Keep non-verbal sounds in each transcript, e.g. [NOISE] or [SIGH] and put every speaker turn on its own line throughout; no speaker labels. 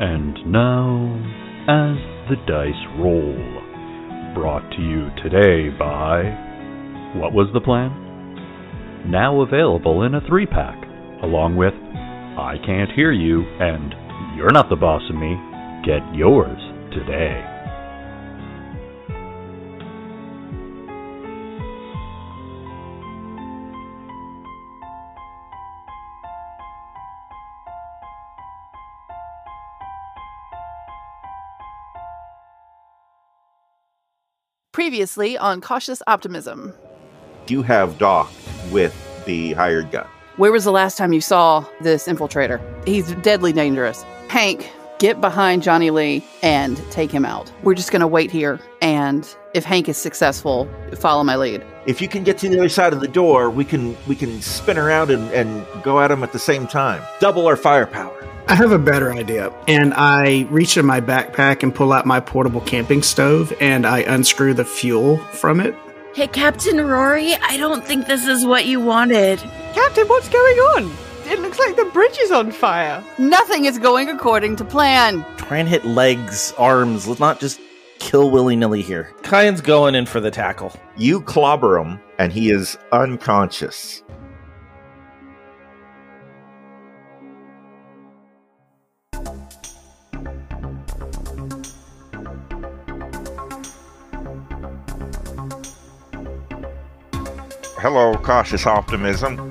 And now, as the dice roll, brought to you today by. What was the plan? Now available in a three pack, along with I Can't Hear You and You're Not the Boss of Me. Get yours today.
Previously on Cautious Optimism.
you have Doc with the hired gun.
Where was the last time you saw this infiltrator? He's deadly dangerous. Hank, get behind Johnny Lee and take him out. We're just going to wait here. And if Hank is successful, follow my lead.
If you can get to the other side of the door, we can we can spin around and, and go at them at the same time. Double our firepower.
I have a better idea. And I reach in my backpack and pull out my portable camping stove and I unscrew the fuel from it.
Hey, Captain Rory, I don't think this is what you wanted.
Captain, what's going on? It looks like the bridge is on fire.
Nothing is going according to plan.
Try and hit legs, arms. Let's not just kill willy nilly here. Kyan's going in for the tackle.
You clobber him, and he is unconscious.
Hello, Cautious Optimism.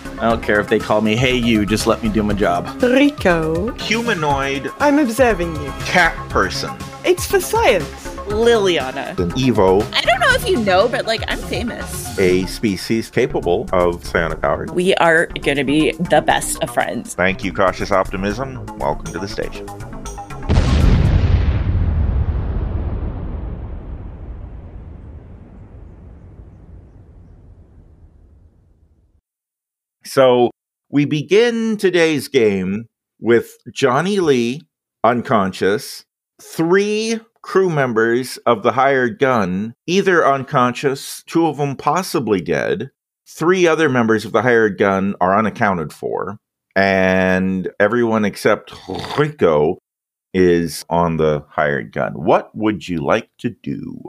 I don't care if they call me hey you, just let me do my job.
Rico,
Humanoid
I'm observing you.
cat person.
It's for science.
Liliana.
An Evo,
I don't know if you know, but like, I'm famous.
a species capable of psionic powers.
We are going to be the best of friends.
Thank you, Cautious Optimism. Welcome to the station. So we begin today's game with Johnny Lee unconscious, three crew members of the hired gun either unconscious, two of them possibly dead, three other members of the hired gun are unaccounted for and everyone except Rico is on the hired gun. What would you like to do?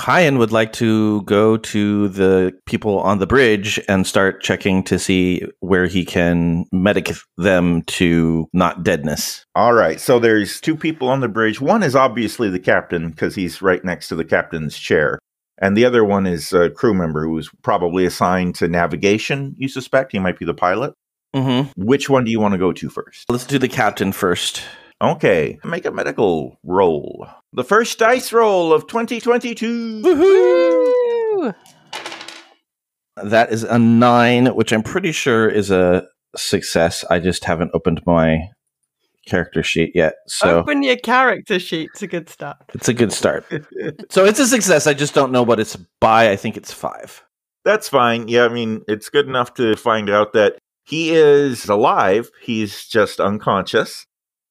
Kyan would like to go to the people on the bridge and start checking to see where he can medic them to not deadness.
All right, so there's two people on the bridge. One is obviously the captain because he's right next to the captain's chair. And the other one is a crew member who's probably assigned to navigation, you suspect. He might be the pilot.
Mm-hmm.
Which one do you want to go to first?
Let's do the captain first.
Okay, make a medical roll. The first dice roll of 2022.
Woohoo!
That is a nine, which I'm pretty sure is a success. I just haven't opened my character sheet yet. So
Open your character sheets. A good start.
it's a good start. so it's a success. I just don't know what it's by. I think it's five.
That's fine. Yeah, I mean, it's good enough to find out that he is alive. He's just unconscious.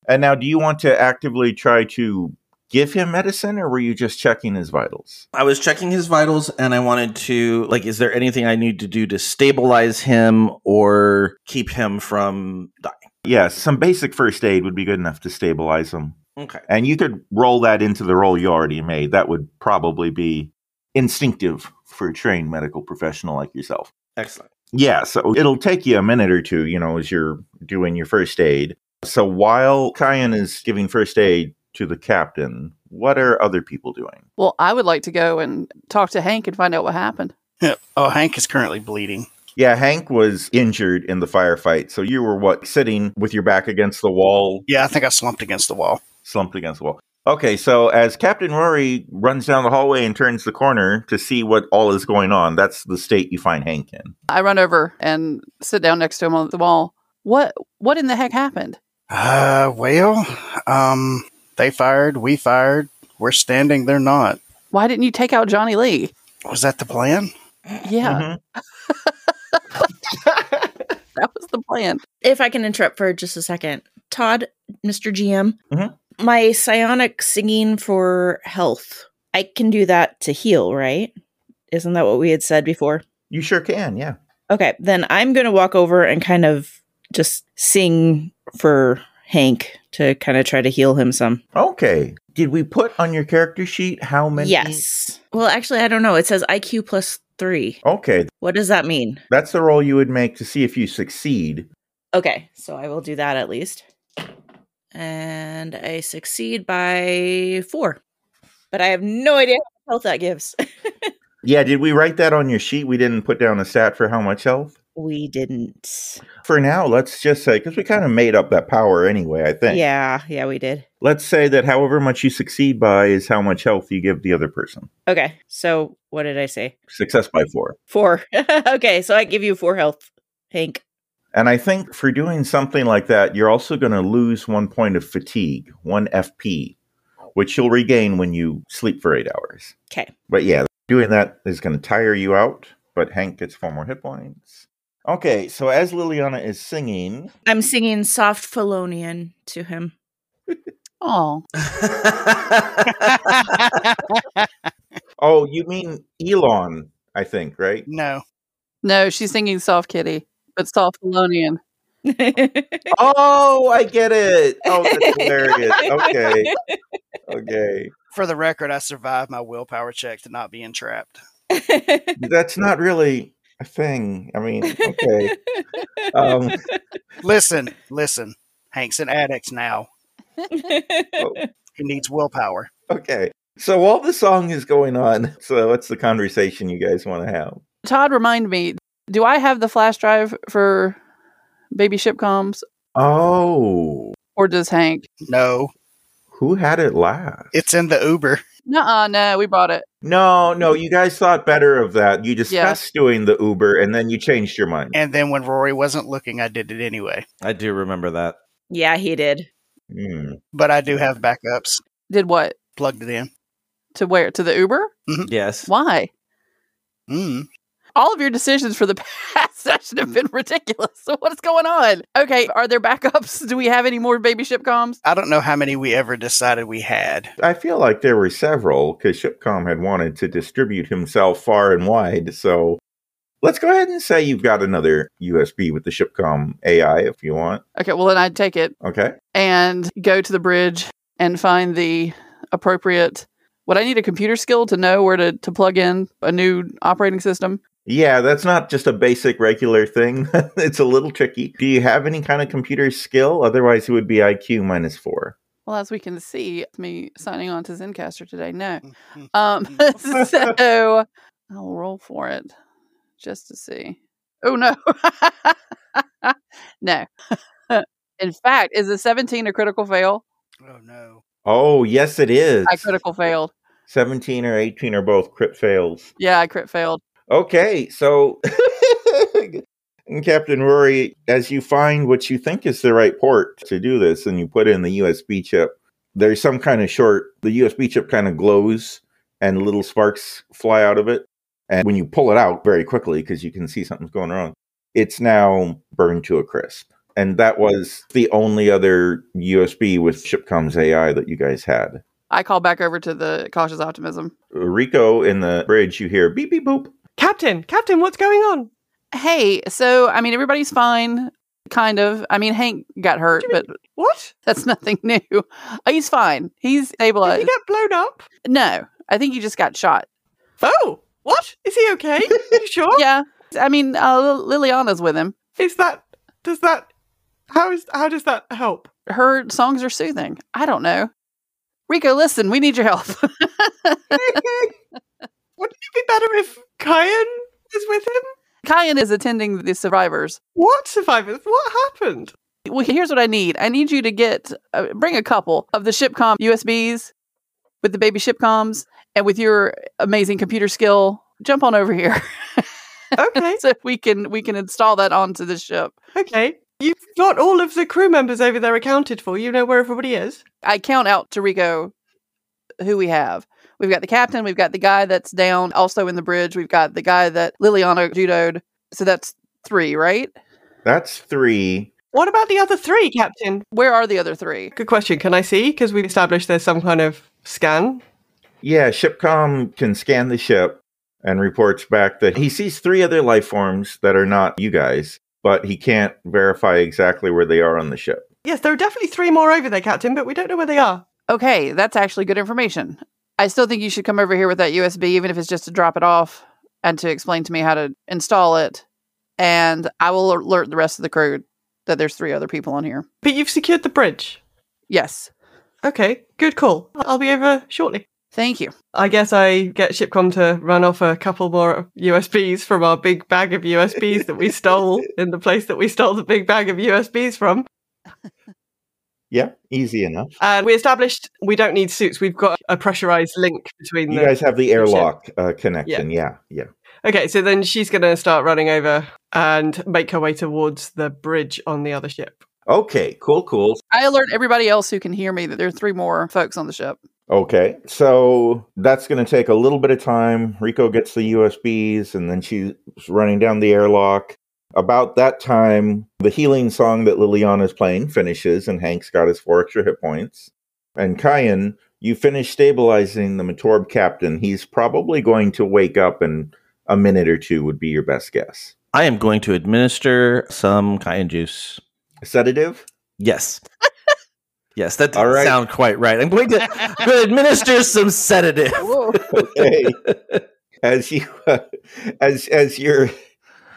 And now, do you want to actively try to give him medicine, or were you just checking his vitals?
I was checking his vitals and I wanted to, like, is there anything I need to do to stabilize him or keep him from dying?
Yes, some basic first aid would be good enough to stabilize him.
Okay.
And you could roll that into the roll you already made. That would probably be instinctive for a trained medical professional like yourself.
Excellent. [LAUGHS]
Yeah, so it'll take you a minute or two, you know, as you're doing your first aid. So while Kyan is giving first aid to the captain, what are other people doing?
Well, I would like to go and talk to Hank and find out what happened.
oh, Hank is currently bleeding.
Yeah, Hank was injured in the firefight. So you were what, sitting with your back against the wall,
Yeah, I think I slumped against the wall.
slumped against the wall. Okay, so as Captain Rory runs down the hallway and turns the corner to see what all is going on, that's the state you find Hank in.
I run over and sit down next to him on the wall. What what in the heck happened?
Uh, well, um, they fired, we fired. We're standing, they're not.
Why didn't you take out Johnny Lee?
Was that the plan?
Mm-hmm.
Yeah. that was the plan.
If I can interrupt for just a second, Todd, Mr. GM,
Mhm.
my psionic singing for health, I can do that to heal, right? Isn't that what we had said before?
You sure can, yeah.
Okay, then I'm going to walk over and kind of just sing for Hank to kind of try to heal him some.
Okay. Did we put on your character sheet how many?
Yes. Well, actually, I don't know. It says IQ plus three.
Okay.
What does that mean?
That's the roll you would make to see if you succeed.
Okay, so I will do that at least. And I succeed by four. But I have no idea how much health that gives. [LAUGHS]
Yeah, did we write that on your sheet? We didn't put down a stat for how much health?
we didn't.
For now, let's just say, because we kind of made up that power anyway, I think.
Yeah, yeah, we did.
Let's say that however much you succeed by is how much health you give the other person.
Okay, so what did I say?
Success by four.
Four. [LAUGHS] okay, so I give you four health, Hank.
And I think for doing something like that, you're also going to lose one point of fatigue, one FP, which you'll regain when you sleep for eight hours.
Okay.
But yeah, doing that is going to tire you out, but Hank gets four more hit points. Okay, so as Liliana is singing,
I'm singing soft Felonian to him.
Oh,
oh, you mean Elon, I think, right?
No.
no, she's singing Soft Kitty, but Soft Polonian.
Oh, I get it. Oh, that's hilarious. Okay. Okay.
For the record, I survived my willpower check to not be entrapped.
That's not really a thing. I mean, okay. Um,
Listen, listen. Hank's an addict now. He needs willpower.
Okay. So while the song is going on, so what's the conversation you guys want to have?
Todd, remind me, do I have the flash drive for baby ship comms
Oh,
or does Hank?
No.
who had it last?
It's in the Uber.
Nuh-uh, no, we brought it.
No, no, you guys thought better of that. You discussed doing the Uber and then you changed your mind.
And then when Rory wasn't looking, I did it anyway.
I do remember that.
[LAUGHS] yeah, he did.
Hmm.
But I do have backups.
Did what?
Plugged it in.
To where? To the Uber?
Yes.
Why?
Mm.
All of your decisions for the [LAUGHS] past session have been ridiculous. So what is going on? Okay, are there backups? Do we have any more baby ship comms?
I don't know how many we ever decided we [LAUGHS] had.
I feel like there were several because Shipcom had wanted to distribute himself far and wide. So let's go ahead and say you've got another USB with the Shipcom AI if you want.
Okay, well then I'd take it
Okay.
and go to the bridge and find the appropriate would I need a computer skill to know where to, to plug in a new operating system?
Yeah, that's not just a basic regular thing. [LAUGHS] it's a little tricky. Do you have any kind of computer skill? Otherwise, it would be IQ minus four.
Well, as we can see, me signing on to Zencaster today, no.
Mhm.
Um, [LAUGHS] so I'll roll for it just to see. Oh no, [LAUGHS] no. In fact, is a seventeen a critical fail?
Oh, no.
Oh, yes, it is.
I critical failed.
17 or 18 are both crit fails.
Yeah, I crit failed.
Okay, so [LAUGHS] Captain Rory, as you find what you think is the right port to do this and you put in the USB chip, there's some kind of short, the USB chip kind of glows and little sparks fly out of it. And when you pull it out very quickly, because you can see something's going wrong, it's now burned to a crisp. And that was the only other USB with Shipcom's AI that you guys had.
I call back over to the cautious optimism.
Rico in the bridge, you hear beep, beep, boop.
Captain, Captain, what's going on?
Hey, so I mean, everybody's fine, kind of. I mean, Hank got hurt, but [LAUGHS]
What?
that's nothing new. [LAUGHS] He's fine. He's
Did he
stabilized.
get blown up?
No, I think he just got shot.
Oh, what? Is he okay? Are you sure?
Yeah, I mean, uh, Liliana's with him.
Is that? Does that? How is? How does that help?
her songs are soothing. I don't know. Rico, listen, we need your help. [LAUGHS]
Wouldn't it be better if Kyan was with him?
Kyan is attending the survivors.
What survivors? What happened?
Well, here's what I need. I need you to get uh, bring a couple of the shipcom USBs with the baby shipcoms and with your amazing computer skill. Jump on over here
Okay,
[LAUGHS] so we can we can install that onto the ship.
okay. You've got all of the crew members over there accounted for. You know where everybody is.
I count out to Rico who we have. We've got the captain, we've got the guy that's down also in the bridge, we've got the guy that Liliana judoed. So that's three, right?
That's three.
What about the other three, Captain?
Where are the other three?
Good question. Can I see? Because we established there's some kind of scan.
Yeah, Shipcom can scan the ship and reports back that he sees three other life forms that are not you guys, but he can't verify exactly where they are on the ship.
Yes, there are definitely three more over there, Captain, but we don't know where they are.
Okay, that's actually good information. I still think you should come over here with that USB, even if it's just to drop it off and to explain to me how to install it. And I will alert the rest of the crew that there's three other people on here.
But you've secured the bridge.
Yes.
Okay, good call. I'll be over shortly.
Thank you.
I guess I get Shipcom to run off a couple more USBs from our big bag of USBs
[LAUGHS]
that we stole in the place that we stole the big bag of USBs from.
Yeah, easy enough.
And we established we don't need suits. We've got a pressurized link between
You
the
guys have the
ship.
airlock uh, connection. Yeah, yeah.
Okay, so then she's going to start running over and make her way towards the bridge on the other ship.
Okay, cool, cool.
I alert everybody else who can hear me that there are three more folks on the ship.
Okay, so that's going to take a little bit of time. Rico gets the USBs and then she's running down the airlock. About that time, the healing song that Liliana's playing finishes and Hank's got his four extra hit points. And Kyan, you finish stabilizing the Matorb captain. He's probably going to wake up in a minute or two, would be your best guess.
I am going to administer some cayenne juice.
Sedative?
Yes. yes, that didn't
All right.
sound quite right. I'm going to, I'm going to administer some sedative.
Whoa.
okay. [LAUGHS] As you, [LAUGHS] uh, as as you're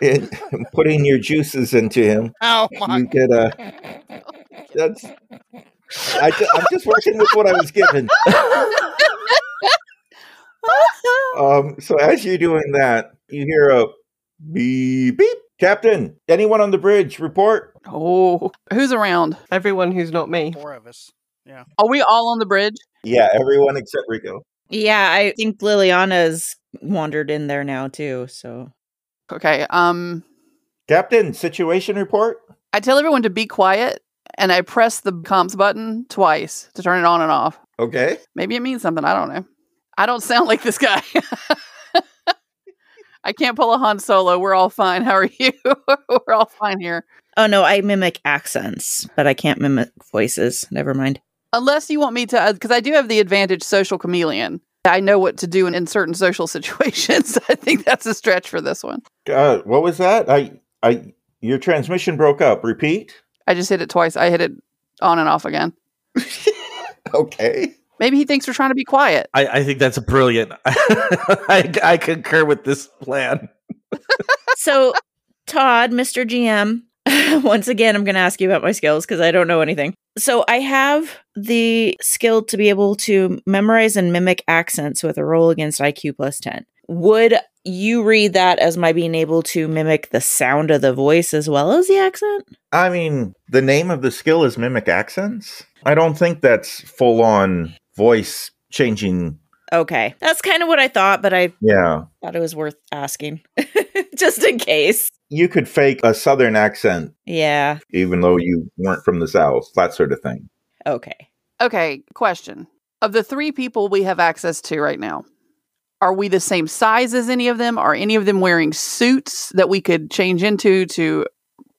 in, putting your juices into him,
Oh
you
my!
get a. That's. I ju- I'm just working with what I was given. Um. So as you're doing that, you hear a beep beep. Captain, anyone on the bridge? Report.
[LAUGHS] oh, who's around?
Everyone who's
[LAUGHS]
not me.
Four of us.
Are we all on the bridge?
Yeah, everyone except Rico.
Yeah, I think Liliana's wandered in there now too. So
Okay. Um,
Captain, situation report.
I tell everyone to be quiet, and I press the comms button twice to turn it on and off.
Okay.
Maybe it means something. I don't know. I don't sound like this guy. [LAUGHS] I can't pull a Han Solo. We're all fine. How are you? [LAUGHS] We're all fine here.
Oh no, I mimic accents, but I can't mimic voices. Never mind.
Unless you want me to, because I do have the advantage social chameleon. I know what to do in, in certain social [LAUGHS] situations. I think that's a stretch for this one.
Uh, what was that? I I your transmission broke up. Repeat. [LAUGHS]
I just hit it twice. I hit it on and off again.
Okay.
Maybe he thinks we're trying to be quiet.
I, I think that's brilliant. [LAUGHS] I, I concur with this plan.
So Todd, Mr. GM, [LAUGHS] once again I'm gonna ask you about my skills because I don't know anything. So I have the skill to be able to memorize and mimic accents with a roll against IQ plus ten. Would you read that as my being able to mimic the sound of the voice as well as the accent?
I mean, the name of the skill is mimic accents. I don't think that's full on voice changing.
Okay. That's kind of what I thought, but I
Yeah.
thought it was worth asking [LAUGHS] just in case.
You could fake a southern accent
Yeah.
even though you weren't from the south, that sort of thing.
Okay.
Okay, question. Of the three people we have access to right now, are we the same size as any of them? Are any of them wearing suits that we could change into to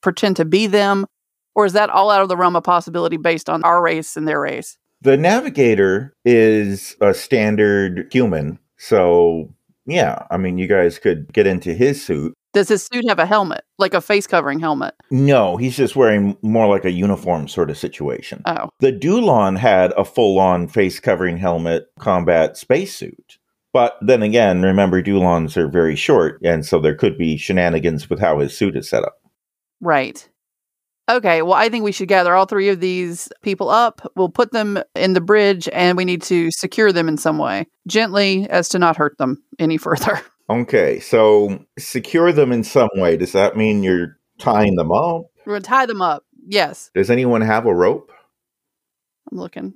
pretend to be them? Or is that all out of the realm of possibility based on our race and their race?
The navigator is a standard human. So, yeah, I mean, you guys could get into his suit.
Does his suit have a helmet, like a face covering helmet?
No, he's just wearing more like a uniform sort of situation.
Oh,
The Dulon had a full on face covering helmet combat spacesuit. But then again, remember, Dulons are very short, and so there could be shenanigans with how his suit is set up.
right. Okay, well, I think we should gather all three of these people up. We'll put them in the bridge and we need to secure them in some way, gently as to not hurt them any further. [LAUGHS]
Okay, so secure them in some way. Does that mean you're tying them up?
We're going to tie them up. Yes.
Does anyone have a rope?
I'm looking.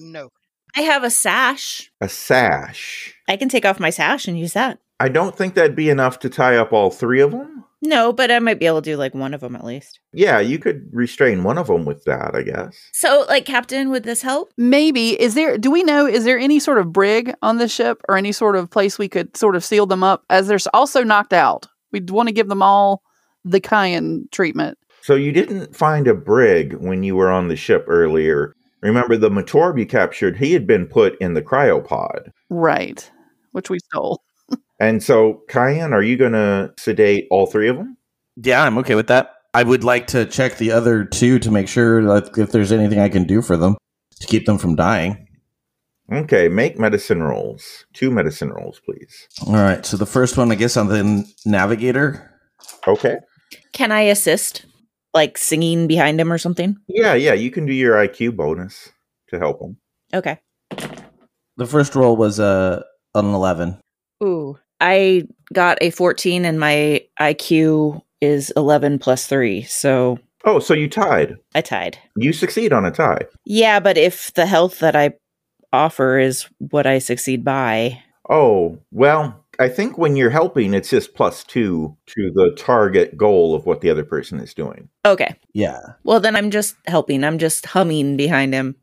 no.
I have a sash.
A sash.
I can take off my sash and use that.
I don't think that'd be enough to tie up all three of them.
No, but I might be able to do like one of them at least.
Yeah, you could restrain one of them with that, I guess.
So, like, Captain, would this help?
Maybe is there? Do we know? Is there any sort of brig on this ship, or any sort of place we could sort of seal them up? As they're s- also knocked out, we'd want to give them all the Kyan treatment.
So you didn't find a brig when you were on the ship earlier. Remember the Matorb you captured, he had been put in the cryopod.
Right. Which we stole.
And so, Kyan, are you going to sedate all three of them?
Yeah, I'm okay with that. I would like to check the other two to make sure that if there's anything I can do for them to keep them from dying.
Okay, make medicine rolls. Two medicine rolls, please.
All right. So the first one, I guess, on the navigator.
Okay.
Can I assist? Like singing behind him or something?
Yeah, yeah, you can do your IQ bonus to help them.
Okay.
The first roll was uh, an 11.
Ooh. I got a 14 and my IQ is 11 plus 3. So
Oh, so you tied.
I tied.
You succeed on a tie.
Yeah, but if the health that I offer is what I succeed by.
Oh, well, I think when you're helping, it's just plus two to the target goal of what the other person is doing.
Okay.
Yeah.
Well, then I'm just helping. I'm just humming behind him.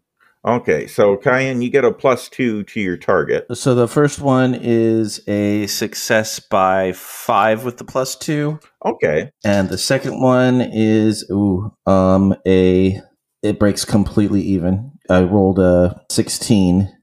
Okay, so Kyan, you get a plus two to your target.
So the first one is a success by five with the plus two.
Okay,
And the second one is ooh, um, a it breaks completely even. I rolled a sixteen,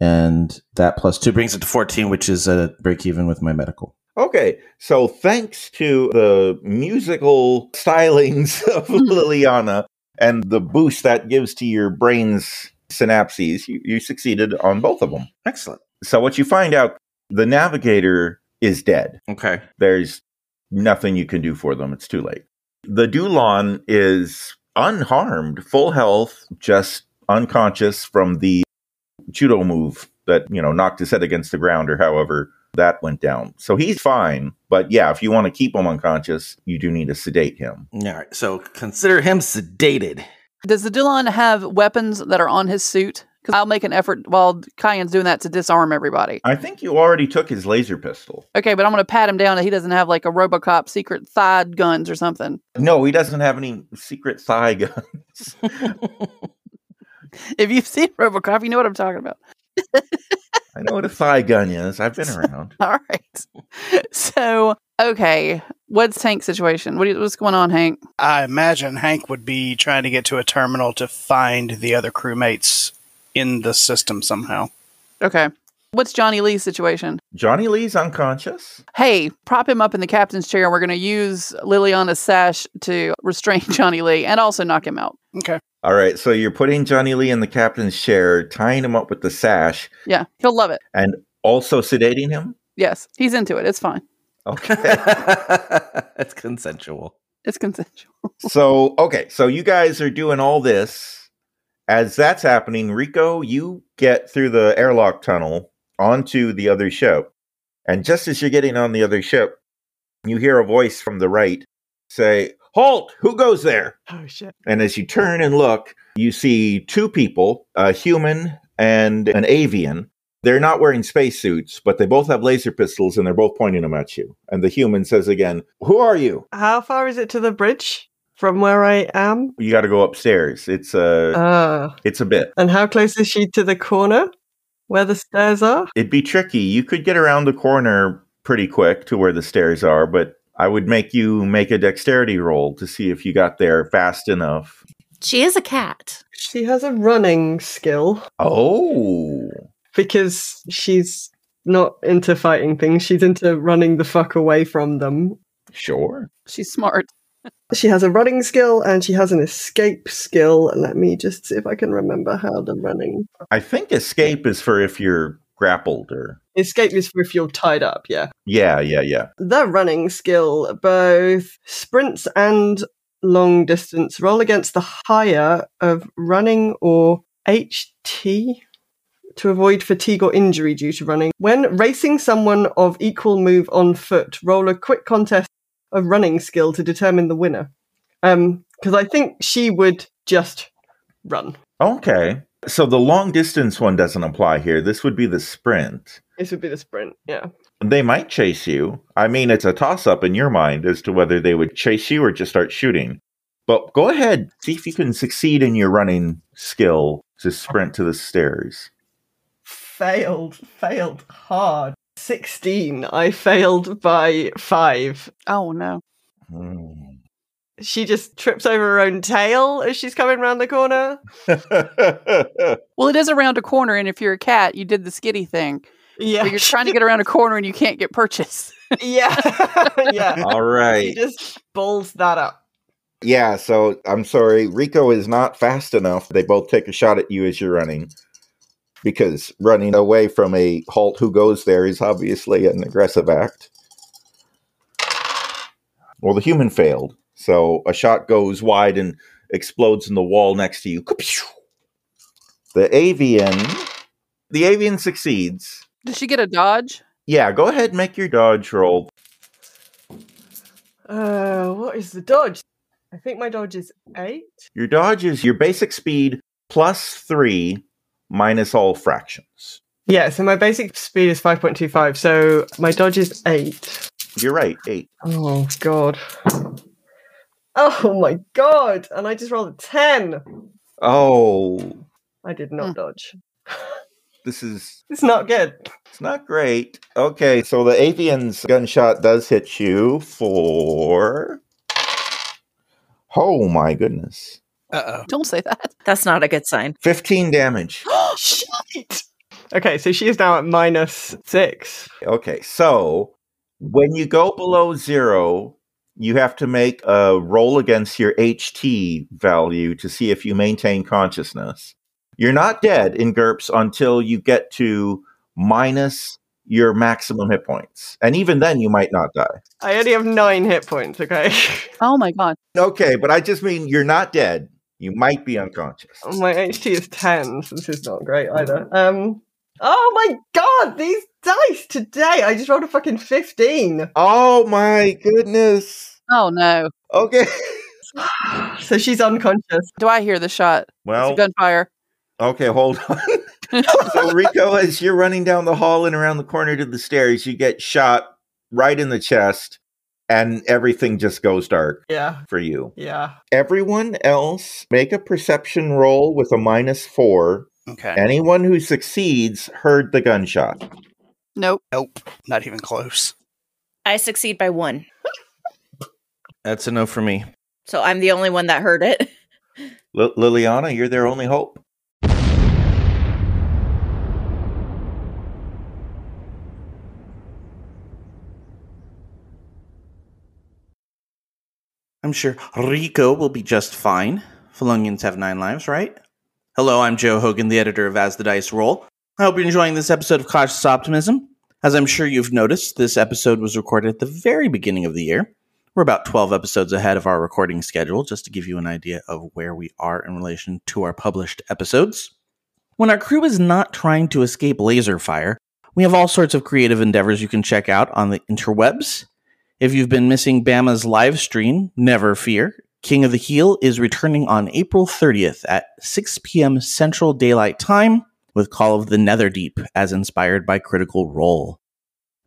and that plus two brings it to fourteen, which is a break even with my medical.
okay. So thanks to the musical [LAUGHS] stylings of Liliana and the boost that gives to your brain's synapses, you, you succeeded on both of them.
Excellent.
So what you find out, the navigator is dead.
Okay.
There's nothing you can do for them. It's too late. The Dulon is unharmed, full health, just unconscious from the judo move that, you know, knocked his head against the ground or however that went down. So he's fine. But yeah, if you want to keep him unconscious, you do need to sedate him.
All right. So consider him sedated. [LAUGHS]
Does the Dillon have weapons that are on his suit? Because I'll make an effort while Kyan's doing that to disarm everybody.
I think you already took his laser pistol.
Okay, but I'm going to pat him down that he doesn't have like a Robocop secret thigh guns or something.
No, he doesn't have any secret thigh guns. [LAUGHS]
If you've seen [LAUGHS] Robocop, you know what I'm talking about. [LAUGHS]
I know what a thigh gun is. I've been around.
All right. So, okay, what's Hank's situation? What do you, what's going on, Hank?
I imagine Hank would be trying to get to a terminal to find the other crewmates in the system somehow.
Okay. What's Johnny Lee's situation?
Johnny Lee's unconscious.
Hey, prop him up in the captain's chair and we're going to use Liliana's sash to [LAUGHS] restrain Johnny Lee and also knock him out.
Okay.
All right, so you're putting Johnny Lee in the captain's chair, tying him up with the sash,
Yeah, he'll love it.
and also sedating him.
Yes, he's into it. It's fine.
[LAUGHS]
Okay.
it's consensual.
It's consensual.
so, okay, so you guys are doing all this. As that's happening, Rico, you get through the airlock tunnel onto the other ship. And just as you're getting on the other ship, you hear a voice from the right say, Halt! Who goes there?
Oh shit!
And as you turn and look, you see two people, a human and an avian. They're not wearing spacesuits, but they both have laser pistols and they're both pointing them at you. And the human says again, Who are you?
How far is it to the bridge from where I am?
You gotta go upstairs. It's a
Ah,
it's a bit.
and how close is she to the corner where the stairs are?
It'd be tricky. You could get around the corner pretty quick to where the stairs are, but I would make you make a dexterity roll to see if you got there fast enough.
She is a cat.
She has a running skill
Oh.
because she's not into fighting things. She's into running the fuck away from them.
Sure.
She's smart.
She has a running skill and she has an escape skill. And let me just see if I can remember how the running
I think escape is for if you're grappled or
escape is for if you're tied up. Yeah,
Yeah, yeah, yeah.
the running skill, both sprints and long distance. Roll against the higher of running or HT to avoid fatigue or injury due to running. When racing someone of equal move on foot, roll a quick contest of running skill to determine the winner. Um, because I think she would just run.
Okay. So the long distance one doesn't apply here. This would be the sprint.
This would be the sprint. Yeah.
They might chase you. I mean, it's a toss up in your mind as to whether they would chase you or just start shooting. But go ahead, see if you can succeed in your running skill to sprint to the stairs.
Failed. Failed hard. 16. I failed by five.
Oh no.
Hmm. [LAUGHS]
She just trips over her own tail as she's coming round the corner.
Well, it is around a corner, and if you're a cat, you did the skitty thing.
Yeah.
But you're [LAUGHS] trying to get around a corner and you can't get purchase. [LAUGHS]
yeah. [LAUGHS] yeah.
All
She
right.
just balls that up.
Yeah, so I'm sorry. Rico is not fast enough. They both take a shot at you as you're running. Because running away from a halt who goes there is obviously an aggressive act. Well, the human failed. So a shot goes wide and explodes in the wall next to you. Ka-pew! The avian. The avian succeeds.
Did she get a dodge?
Yeah, go ahead and make your dodge roll.
Uh, what is the dodge? I think my dodge is eight.
Your dodge is your basic speed plus three minus all fractions.
Yeah, so my basic speed is 5.25, so my dodge is 8.
You're right, eight.
Oh, God. Oh, my God. And I just rolled a 10.
Oh,
I did not dodge.
this is
It's not good.
it's not great. Okay, so the avian's gunshot does hit you for Oh my goodness.
Uh
Don't say that.
That's not a good sign.
15 damage.
Shit. Okay, so she is now at minus 6.
Okay, so when you go below 0, you have to make a roll against your HT value to see if you maintain consciousness. You're not dead in GURPS until you get to minus your maximum hit points. And even then, you might not die.
I only have 9 hit points, okay? [LAUGHS]
Oh my god.
Okay, but I just mean you're not dead. You might be unconscious.
my HT is 10, so this is not great either. Um. Oh my god, these dice today! I just rolled a fucking 15.
Oh my goodness.
Oh no.
Okay. [LAUGHS]
So she's unconscious.
Do I hear the shot? It's
Well,
a gunfire.
okay, hold [LAUGHS] on. so, Rico, as you're running down the hall and around the corner to the stairs, you get shot right in the chest, and everything just goes dark
Yeah,
for you.
yeah.
Everyone else, make a perception roll with a minus four.
oh. Okay.
Anyone who succeeds heard the gunshot.
Nope.
Nope. Not even close.
I succeed by one.
That's a no for me.
So I'm the only one that heard it.
L- Liliana, you're their only hope.
I'm sure Rico will be just fine. Felungians have nine lives, right? Hello, I'm Joe Hogan, the editor of As the Dice Roll. I hope you're enjoying this episode of Cautious Optimism. As I'm sure you've noticed, this episode was recorded at the very beginning of the year. We're about 12 episodes ahead of our recording schedule, just to give you an idea of where we are in relation to our published episodes. When our crew is not trying to escape laser fire, we have all sorts of creative endeavors you can check out on the interwebs. If you've been missing Bama's live stream, never fear. King of the Heel is returning on April 30th at 6 p.m. Central Daylight Time with Call of the Netherdeep as inspired by Critical Role.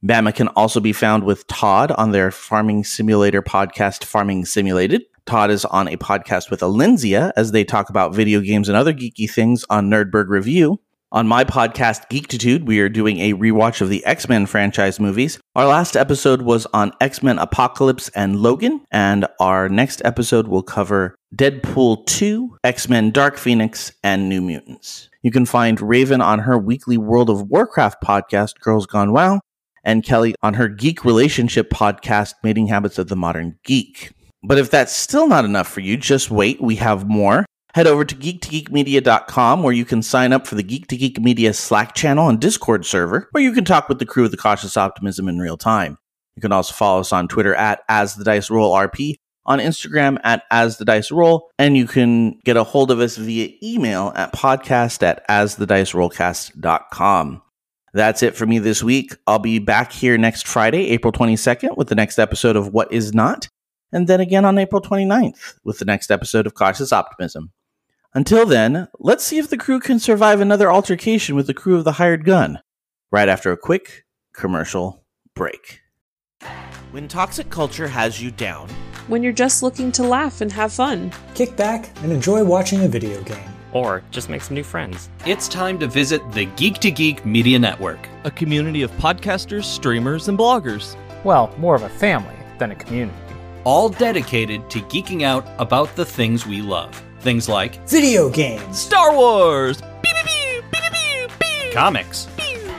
Bama can also be found with Todd on their farming simulator podcast, Farming Simulated. Todd is on a podcast with Alenzia as they talk about video games and other geeky things on Nerdberg Review. On my podcast, Geekitude, we are doing a rewatch of the X Men franchise movies. Our last episode was on X Men Apocalypse and Logan, and our next episode will cover Deadpool 2, X Men Dark Phoenix, and New Mutants. You can find Raven on her weekly World of Warcraft podcast, Girls Gone Wow, and Kelly on her geek relationship podcast, Mating Habits of the Modern Geek. But if that's still not enough for you, just wait. We have more. Head over to geek2geekmedia.com where you can sign up for the Geek to Geek Media Slack channel and Discord server where you can talk with the crew of the Cautious Optimism in real time. You can also follow us on Twitter at As the Dice Roll RP, on Instagram at As the Dice Roll, and you can get a hold of us via email at podcast at As the Dice Rollcast.com. That's it for me this week. I'll be back here next Friday, April 22nd, with the next episode of What Is Not, and then again on April 29th with the next episode of Cautious Optimism. Until then, let's see if the crew can survive another altercation with the crew of the hired gun. right after a quick commercial break.
When toxic culture has you down,
When you're just looking to laugh and have fun,
kick back and enjoy watching a video game.
or just make some new friends.
It's time to visit the Geek to Geek Media Network.
a community of podcasters, streamers, and bloggers.
Well, more of a family than a community.
all dedicated to geeking out about the things we love. Things like
Video games,
Star Wars,
comics,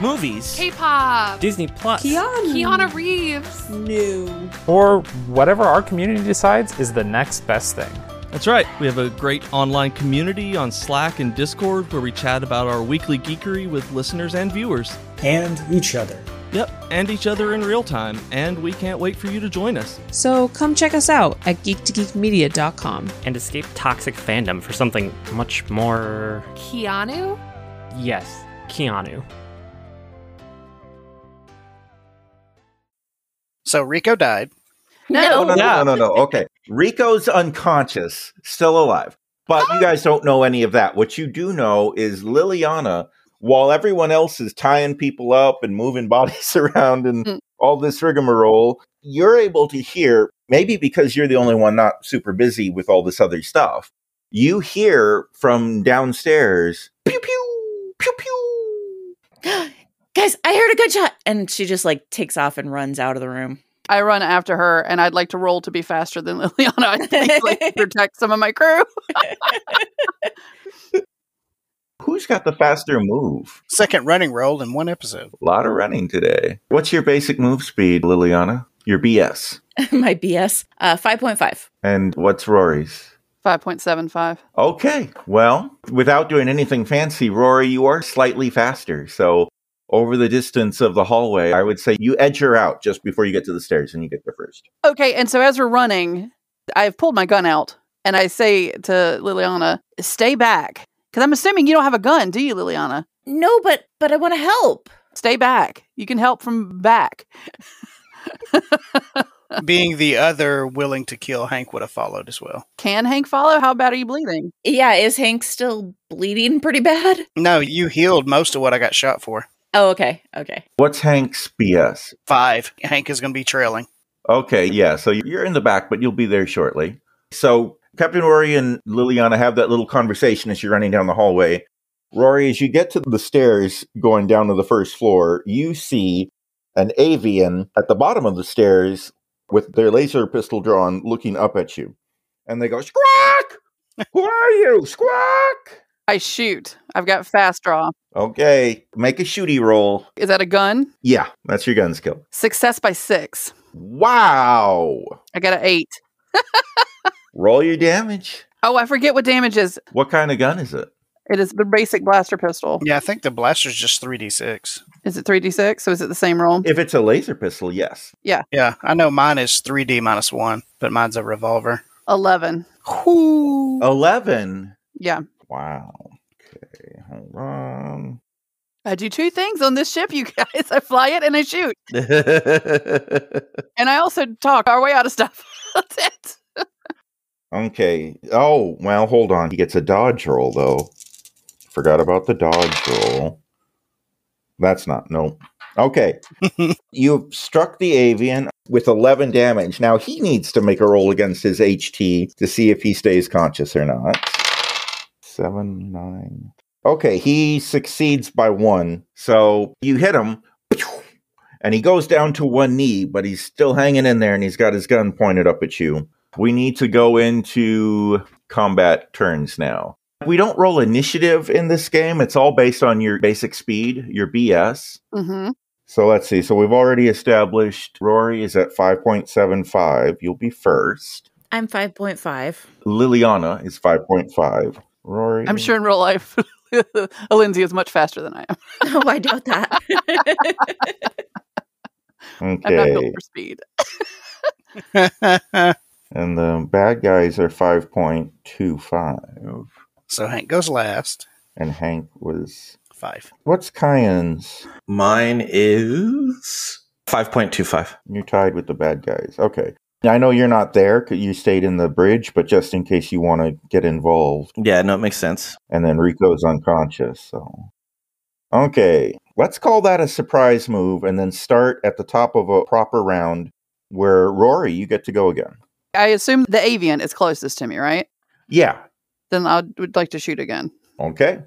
movies,
K-pop,
Disney Plus,
Keanu, Keanu Reeves,
new.
or whatever our community decides is the next best thing.
That's right, we have a great online community on Slack and Discord where we chat about our weekly geekery with listeners and viewers.
and each other.
Yep, and each other in real time, and we can't wait for you to join us.
So come check us out at geektogeekmedia.com.
And escape toxic fandom for something much more.
Keanu.
Yes, Keanu.
So Rico died.
No, no, no, no, no. Okay.
Rico's unconscious, still alive. But you guys don't know any of that. What you do know is Liliana, while everyone else is tying people up and moving [LAUGHS] bodies around and all this rigmarole, you're able to hear, maybe because you're the only one not super busy with all this other stuff, you hear from downstairs,
Guys, I heard a gunshot. And she just like takes off and runs out of the room. [LAUGHS]
I run after her, and I'd like to roll to be faster than [LAUGHS] Liliana. I think
[LAUGHS]
like, to protect some of my crew.
Who's got the faster move?
Second running roll in one
[LAUGHS]
episode.
A lot of running today. What's your basic move speed, Liliana? Your BS.
My BS. Uh, 5.5.
And what's Rory's?
Five point seven five.
Okay. Well, without doing anything fancy, Rory, you are slightly faster. So, over the distance of the hallway, I would say you edge her out just before you get to the stairs and you get there first.
Okay, and so as we're running, I've pulled my gun out, and I say to Liliana, "Stay back," because I'm assuming you don't have a gun, do you, Liliana?
No, but but I want to help.
Stay back. You can help from back.
Being the other willing to kill, Hank would have followed as well.
Can Hank follow? How bad are you bleeding?
Yeah, is Hank still bleeding pretty bad?
No, you healed most of what I got shot for.
Oh, okay. Okay.
What's Hank's BS?
Five. Hank is going to be trailing.
Okay. Yeah. So, you're in the back, but you'll be there shortly. So, Captain Rory and Liliana have that little conversation as you're running down the hallway. Rory, as you get to the stairs going down to the first floor, you see an avian at the bottom of the stairs with their laser pistol drawn looking up at you. And they go, Squawk! Who are you? Squawk!
I shoot. I've got fast draw.
Okay, make a shooty roll.
Is that a gun?
Yeah, that's your gun skill.
Success by six.
Wow!
I got an eight.
Roll your damage.
Oh, I forget what damage is.
What kind of gun is it?
It is the basic blaster pistol.
Yeah, I think the blaster's just 3d6.
Is it three d six? So is it the same roll?
If it's a laser pistol, yes.
Yeah,
Yeah, I know mine is 3d minus one, but mine's a revolver. [LAUGHS]
eleven.
11.
Yeah,
Wow. Okay, hold on.
I do two things on this ship, you [LAUGHS] guys. I fly it and I shoot, and I also talk our way out of stuff. [LAUGHS] That's it.
okay. Oh, well, hold on. He gets a dodge roll, though. Forgot about the dodge roll. That's not. Nope. Okay. You've struck the avian with 11 damage. Now he needs to make a roll against his HT to see if he stays conscious or not. Seven, nine. Okay, he succeeds by one. So you hit him, and he goes down to one knee, but he's still hanging in there and he's got his gun pointed up at you. We need to go into combat turns now. We don't roll initiative in this game. It's all based on your basic speed, your BS.
Mm-hmm.
So let's see. So we've already established Rory is at 5.75. You'll be first.
I'm 5.5. [LAUGHS]
Liliana is 5.5. Rory.
I'm sure in real life, [LAUGHS] Lindsay is much faster than I am.
oh, I doubt that.
I'm not built
Okay.
for speed.
And the bad guys are 5.25.
so Hank goes last.
And Hank was.
Five.
What's Kyan's?
Mine is 5.25.
You're tied with the bad guys. Okay. Now, I know you're not there 'cause you stayed in the bridge, but just in case you want to get involved.
Yeah, no, it makes sense.
And then Rico's unconscious. So Okay, let's call that a surprise move and then start at the top of a proper round where Rory, you get to go again.
I assume the avian is closest to me, right?
Yeah.
Then I would like to shoot again.
Okay,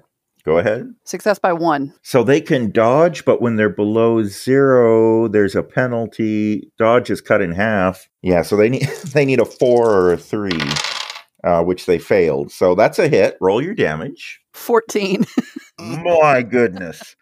go ahead.
Success by one.
So they can dodge, but when they're below zero, there's a penalty. Dodge is cut in half. Yeah, so they need [LAUGHS] they need a four or a three, uh, which they failed. So that's a hit. Roll your damage.
14.
My goodness.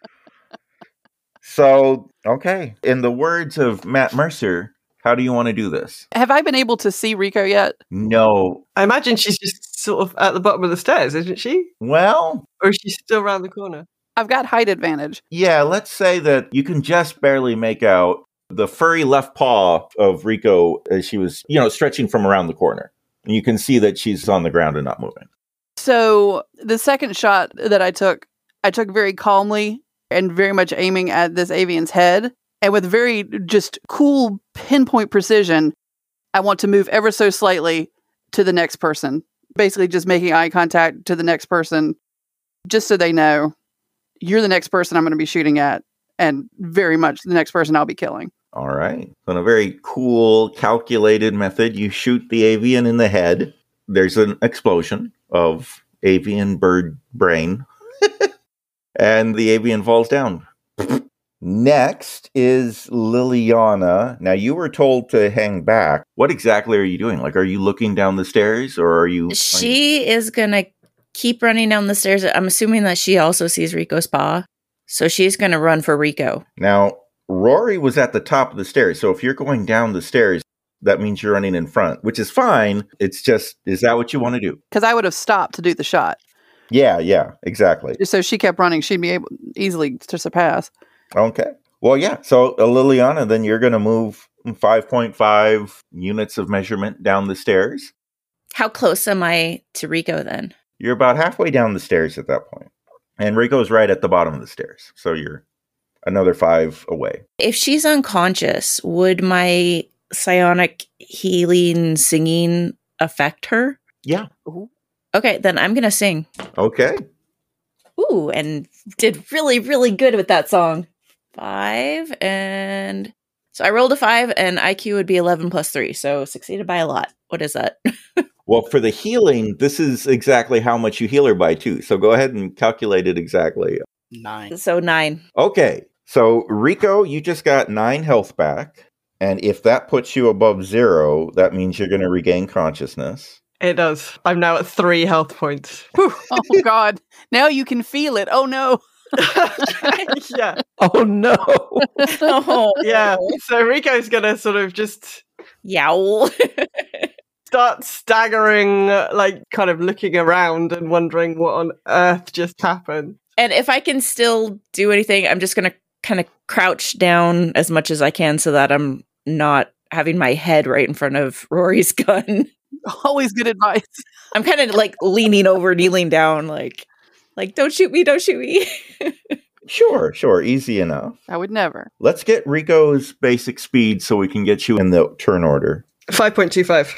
So okay, in the words of Matt Mercer, how do you want to do this?
[LAUGHS] Have I been able to see Rico yet?
No.
I imagine she's just sort of at the bottom of the stairs, isn't she?
Well,
Or is she still around the corner?
I've got height advantage.
Yeah, let's say that you can just barely make out the furry left paw of Rico as she was, you know, stretching from around the corner. And you can see that she's on the ground and not moving.
So the second shot that I took, I took very calmly and very much aiming at this avian's head. And with very just cool pinpoint precision, I want to move ever so slightly to the next person. Basically, just making eye contact to the next person, just so they know you're the next person I'm going to be shooting at, and very much the next person I'll be killing.
All right. So in a very cool, calculated method, you shoot the avian in the head. There's an explosion of avian bird [LAUGHS] brain, and the avian falls down. Next is Liliana. Now, you were told to hang back. What exactly are you doing? Like, are you looking down the stairs or are you.
[LAUGHS] She is gonna keep running down the stairs. I'm assuming that she also sees Rico's paw, so she's gonna run for Rico.
Now, Rory was at the top of the stairs. So if you're going down the stairs, that means you're running in front, which is fine. It's just, is that what you want to do?
Because I would have stopped to do the shot.
Yeah, yeah, exactly.
So she kept running. She'd be able easily to surpass.
Okay. Well, yeah. So, uh, Liliana, then you're going to move 5.5 units of measurement down the stairs.
How close am I to Rico then?
You're about halfway down the stairs at that point. And Rico's right at the bottom of the stairs. So you're another five away.
If she's unconscious, would my psionic healing singing affect her?
Yeah.
Okay, then I'm gonna sing.
Okay.
Ooh, and did really, really good with that song. Five and so I rolled a five and IQ would be eleven plus three, so succeeded by a lot. What is that? [LAUGHS]
Well, for the healing, this is exactly how much you heal her by, too. So go ahead and calculate it exactly.
Nine. So nine. [LAUGHS]
Okay. So, Rico, you just got nine health back. And if that puts you above zero, that means you're going to regain consciousness.
It does. I'm now at three health points. Whew.
[LAUGHS] oh God! Now you can feel it. Oh no! [LAUGHS]
yeah.
Oh no.
Yeah. So Rico's gonna sort of just
[LAUGHS] yowl.
Start staggering, uh, like kind of looking around and wondering what on earth just happened.
And if I can still do anything, I'm just gonna kind of crouch down as much as I can so that I'm not having my head right in front of Rory's [LAUGHS] gun.
Always good advice.
I'm kind of like leaning over, kneeling down, like, like don't shoot me, don't shoot me. [LAUGHS]
Sure, sure. Easy enough.
I would never.
Let's get Rico's basic speed so we can get you in the turn order.
5.25.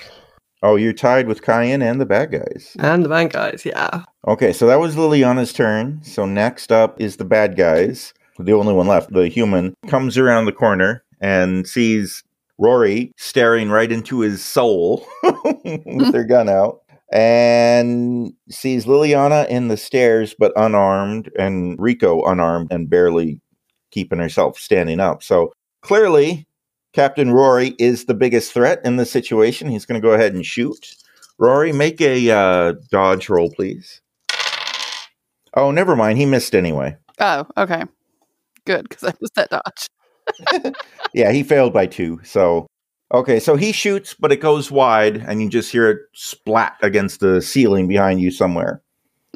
Oh, you're tied with Cayenne and the bad guys.
And the bad guys, yeah.
Okay, so that was Liliana's turn. So next up is the bad guys. The only one left, the human, comes around the corner and sees Rory staring right into his soul [LAUGHS] with their gun out and sees Liliana in the stairs but unarmed and Rico unarmed and barely keeping herself standing up. So clearly, Captain Rory is the biggest threat in this situation. He's going to go ahead and shoot. Rory, make a uh, dodge roll, please. Oh, never mind. He missed anyway.
Oh, okay. Good, because I missed that dodge.
yeah, he failed by two. So, okay, so he shoots, but it goes wide, and you just hear it splat against the ceiling behind you somewhere.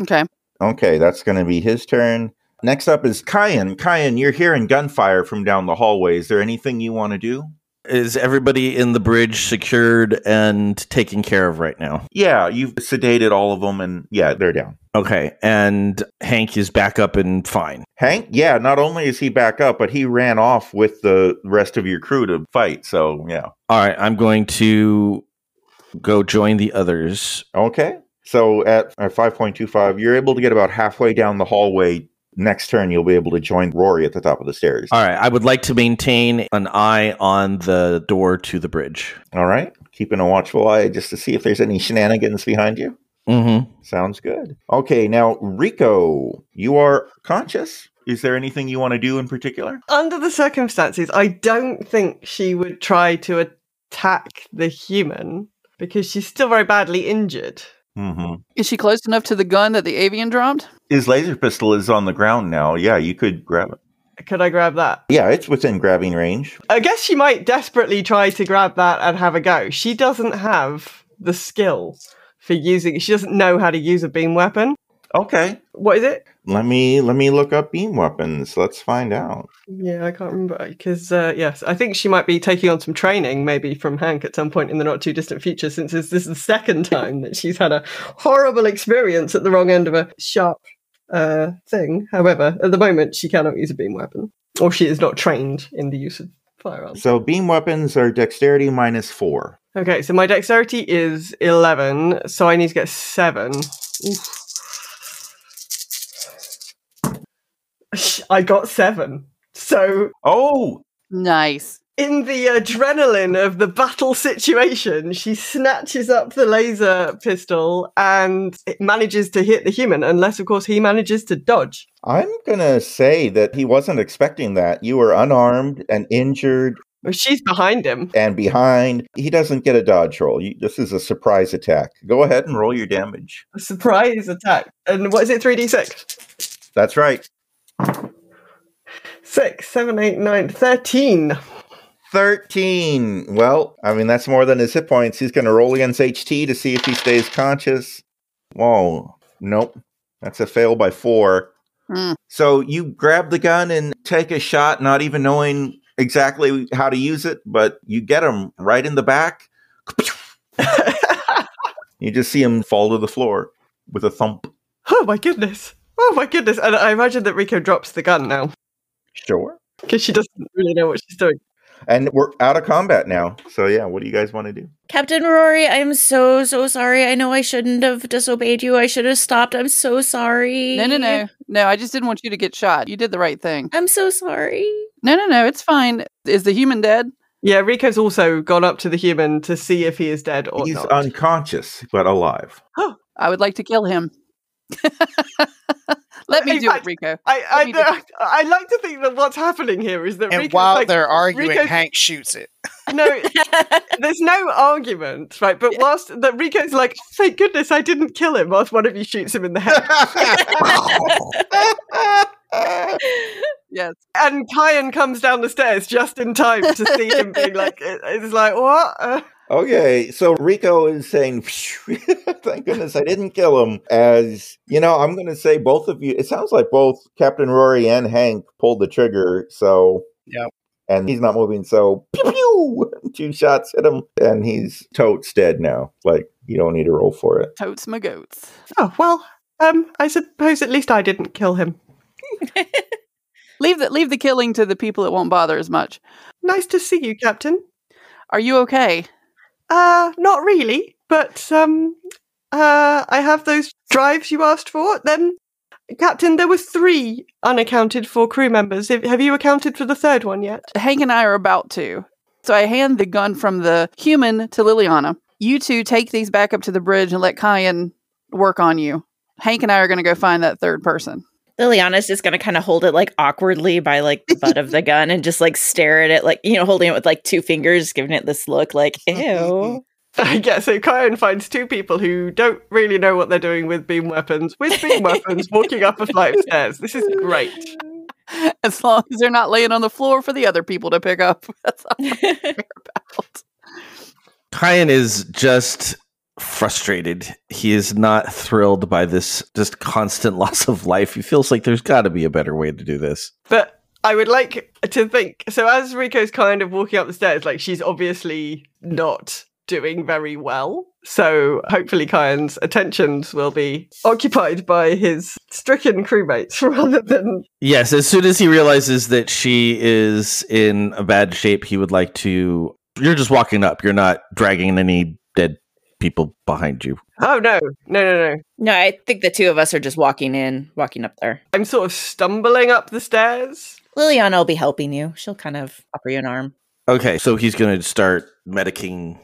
Okay.
Okay, that's going to be his turn. Next up is Kyan. Kyan, you're hearing gunfire from down the hallway. Is there anything you want to do?
Is everybody in the bridge secured and taken care of right now?
Yeah, you've sedated all of them, and yeah, they're down.
Okay, and Hank is back up and fine.
Hank, yeah, not only is he back up, but he ran off with the rest of your crew to fight. So, yeah.
All right, I'm going to go join the others.
Okay. So at, at 5.25, you're able to get about halfway down the hallway next turn you'll be able to join Rory at the top of the stairs.
All right. I would like to maintain an eye on the door to the bridge.
All right. Keeping a watchful eye just to see if there's any shenanigans behind you.
Mm-hmm.
Sounds good. Okay, now Rico, you are conscious. Is there anything you want to do in particular?
Under the circumstances, I don't think she would try to attack the human because she's still very badly injured.
Mm-hmm.
Is she close enough to the gun that the avian dropped?
His laser pistol is on the ground now. Yeah, you could grab it.
Could I grab that?
Yeah, it's within grabbing range.
I guess she might desperately try to grab that and have a go. She doesn't have the skill for using she doesn't know how to use a beam weapon.
Okay.
What is it?
Let me let me look up beam weapons. Let's find out.
Yeah, I can't remember because uh, yes, I think she might be taking on some training maybe from Hank at some point in the not too distant future. Since this this is the second time that she's had a horrible experience at the wrong end of a sharp uh, thing. However, at the moment she cannot use a beam weapon, or she is not trained in the use of firearms.
So beam weapons are dexterity minus four.
Okay, so my dexterity is 11, so I need to get 7. Oof. I got 7. So.
Oh!
Nice.
In the adrenaline of the battle situation, she snatches up the laser pistol and it manages to hit the human, unless, of course, he manages to dodge.
I'm gonna say that he wasn't expecting that. You were unarmed and injured
Well, She's behind him.
and behind. He doesn't get a dodge roll. You, this is a surprise attack. Go ahead and roll your damage.
A surprise attack. And what is it, 3d6?
That's right.
6, 7, 8, 9, 13.
13. Well, I mean, that's more than his hit points. He's going to roll against HT to see if he stays conscious. Whoa. Nope. That's a fail by four.
Hmm.
So you grab the gun and take a shot, not even knowing exactly how to use it, but you get him right in the back. you just see him fall to the floor with a thump.
Oh my goodness. Oh my goodness. And I imagine that Rico drops the gun now
Sure.
because she doesn't really know what she's doing.
And we're out of combat now. So, yeah, what do you guys want to do?
Captain Rory, I'm so, so sorry. I know I shouldn't have disobeyed you. I should have stopped. I'm so sorry.
No, no, no. No, I just didn't want you to get shot. You did the right thing.
I'm so sorry.
No, no, no. It's fine. Is the human dead?
Yeah, Rico's also gone up to the human to see if he is dead or
He's
not.
unconscious, but alive.
I would like to kill him. [LAUGHS] Let me
In
do it,
fact,
Rico.
I, I,
Let me do
I, I like to think that what's happening here is that
And
Rico's
while
like,
they're arguing,
Rico's-
Hank shoots it.
no, there's no argument, right? But whilst that Rico's like, "Oh, thank goodness I didn't kill him, whilst one of you shoots him in the head.
[LAUGHS]
Yes.
and Kyan comes down the stairs just in time to see him being like, it- it's like, what? Uh,
Okay, so Rico is saying, [LAUGHS] "Thank goodness I didn't kill him." As you know, I'm going to say both of you. It sounds like both Captain Rory and Hank pulled the trigger. So
Yep.
and he's not moving. So pew pew, [LAUGHS] two shots hit him, and he's totes dead now. Like you don't need to roll for it.
Totes my goats.
oh, well, um, I suppose at least I didn't kill him.
Leave the leave the killing to the people that won't bother as much.
Nice to see you, Captain.
Are you okay?
Uh, not really, but um, uh, I have those drives you asked for. Then, Captain, there were three unaccounted for crew members. Have have you accounted for the third one yet? [LAUGHS]
Hank and I are about to. So I hand the gun from the human to Liliana. You two take these back up to the bridge and let Kyan work on you. Hank and I are going to go find that third person. [LAUGHS]
Liliana's just gonna kind of hold it like awkwardly by like the butt [LAUGHS] of the gun and just like stare at it, like you know, holding it with like two fingers, giving it this look [LAUGHS] like ew.
I guess so. Kyan finds two people who don't really know what they're doing with beam weapons, with beam weapons, walking up a flight of stairs. This is great.
As long as they're not laying on the floor for the other people to pick up. [LAUGHS] That's all I care
Mm-hmm.
about.
Kyan is just frustrated. He is not thrilled by this just constant [LAUGHS] loss of life. He feels like there's got to be a better way to do this.
But I would like to think so as Rico's kind of walking up the stairs, like she's obviously not doing very well. So hopefully Kyan's attentions will be occupied by his stricken crewmates [LAUGHS] rather than
Yes, as soon as he realizes that she is in a bad shape, he would like to. You're just walking up. You're not dragging any dead people behind you.
Oh no, no, no, no.
[LAUGHS] No, I think the two of us are just walking in, walking up there.
I'm sort of stumbling up the stairs.
Liliana will be helping you. She'll kind of offer you an arm.
Okay, so he's going to start medicing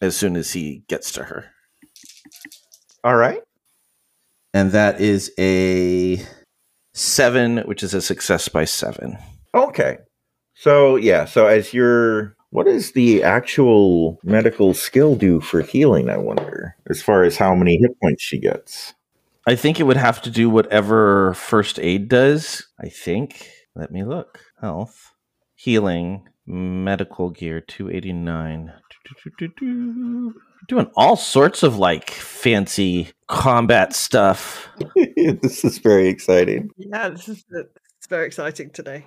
as soon as he gets to her.
All right.
And that is a seven, which is a success by seven.
Okay. So, yeah. So, as you're. What does the actual medical skill do for healing, I wonder, as far as how many hit points she gets?
I think it would have to do whatever first aid does. I think. Let me look. Health, healing, medical gear, 289. Do-do-do-do-do. Doing all sorts of like fancy combat stuff. [LAUGHS]
[LAUGHS] this is very exciting.
Yeah, this is it's very exciting today.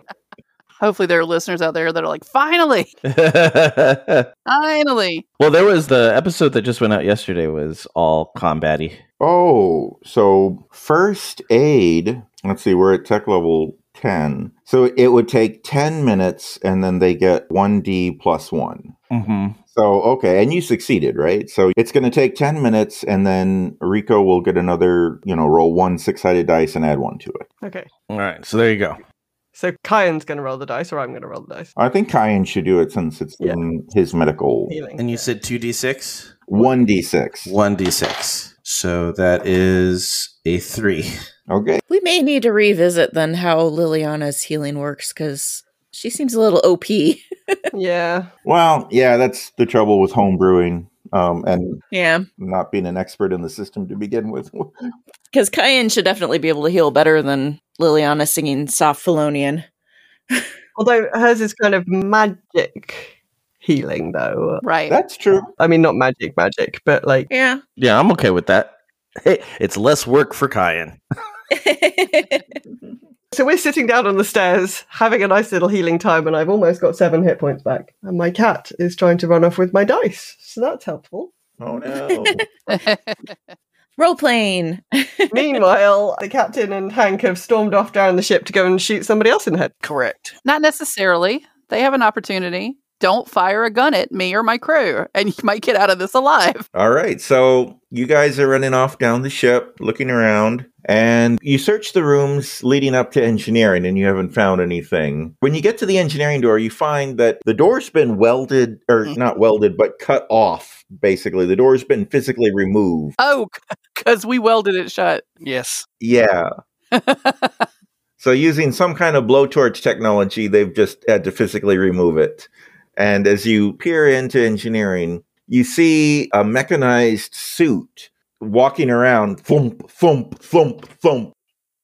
Hopefully, there are listeners out there that are like, finally,
well,
finally.
there was the episode that just went out yesterday was all combatty.
Oh, so first aid. Let's see, we're at tech level 10. So it would take 10 minutes and then they get 1D plus 1.
Mm-hmm.
So, okay. And you succeeded, right? So it's going to take 10 minutes and then Rico will get another, you know, roll one six sided dice and add one to it.
[LAUGHS] Okay,
All right, so there you go.
so Kyan's going to roll the dice, or I'm going to roll the dice.
I think Kyan should do it since it's in his medical
Healing.
And you said 2d6?
1D6.
1d6. So that is a 3.
Okay.
We may need to revisit then how Liliana's healing works because she seems a little OP. [LAUGHS]
yeah.
Well, yeah, that's the trouble with home brewing um, and
Yeah.
not being an expert in the system to begin with. [LAUGHS]
Because Kyan should definitely be able to heal better than Liliana singing soft Felonian.
Although hers is kind of magic healing, though.
Right.
That's true.
I mean, not magic, magic, but like
Yeah.
Yeah, I'm okay with that. Hey, it's less work for Kyan.
So we're sitting down on the stairs, having a nice little healing time, and I've almost got seven hit points back. And my cat is trying to run off with my dice, so that's helpful.
Oh, no.
[LAUGHS] Role playing.
Meanwhile, the captain and Hank have stormed off down the ship to go and shoot somebody else in the head.
Correct.
[LAUGHS] Not necessarily. They have an opportunity. Don't fire a gun at me or my crew, and you might get out of this alive.
[LAUGHS] All right, so you guys are running off down the ship, looking around, and you search the rooms leading up to engineering, and you haven't found anything. When you get to the engineering door, you find that the door's been welded, or not welded, but cut off, basically. The door's been physically removed.
Oh, because we welded it shut. [LAUGHS]
Yes.
Yeah. so, using some kind of blowtorch technology, they've just had to physically remove it. And as you peer into engineering, you see a mechanized suit walking around, thump, thump, thump, thump.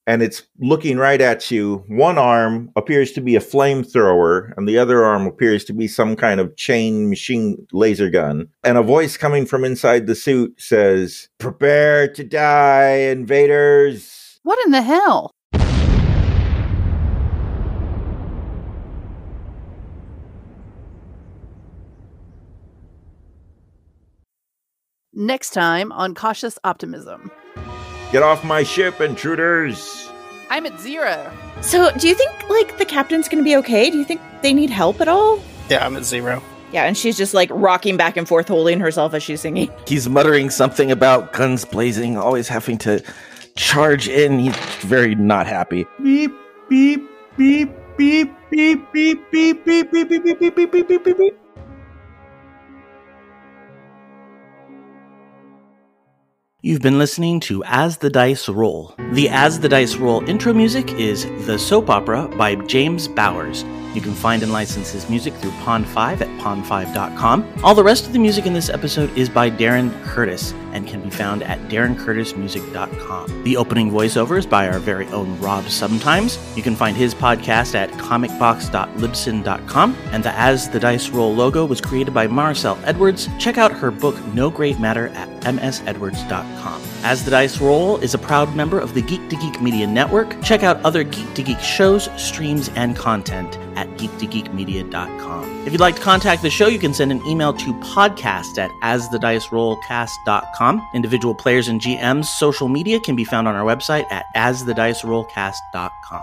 And it's looking right at you. One arm appears to be a flamethrower, and the other arm appears to be some kind of chain machine laser gun. And a voice coming from inside the suit says, Prepare to die, invaders.
What in the hell? Next time on Cautious Optimism.
Get off my ship, intruders!
I'm at zero.
So, do you think like the captain's going to be okay? Do you think they need help at all?
Yeah, I'm at zero.
Yeah, and she's just like rocking back and forth, holding herself as she's singing.
He's muttering something about guns blazing, always having to charge in. He's very not happy.
Beep, beep, beep, beep, beep, beep, beep, beep, beep, beep, beep, beep, beep, beep, beep, beep.
You've been listening to As the Dice Roll. The As the Dice Roll intro music is The Soap Opera by James Bowers. You can find and license his music through Pond5 at pond5.com. All the rest of the music in this episode is by Darren Curtis and can be found at darrencurtismusic.com. The opening voiceover is by our very own Rob Sometimes. You can find his podcast at comicbox.libsyn.com. And the As the Dice Roll logo was created by Marcel Edwards. Check out her book No Great Matter at msedwards.com. As the Dice Roll is a proud member of the Geek to Geek Media Network. Check out other Geek to Geek shows, streams, and content at geektogeekmedia.com. If you'd like to contact the show, you can send an email to podcast at asthedicerollcast.com. Individual players and GMs' social media can be found on our website at asthedicerollcast.com.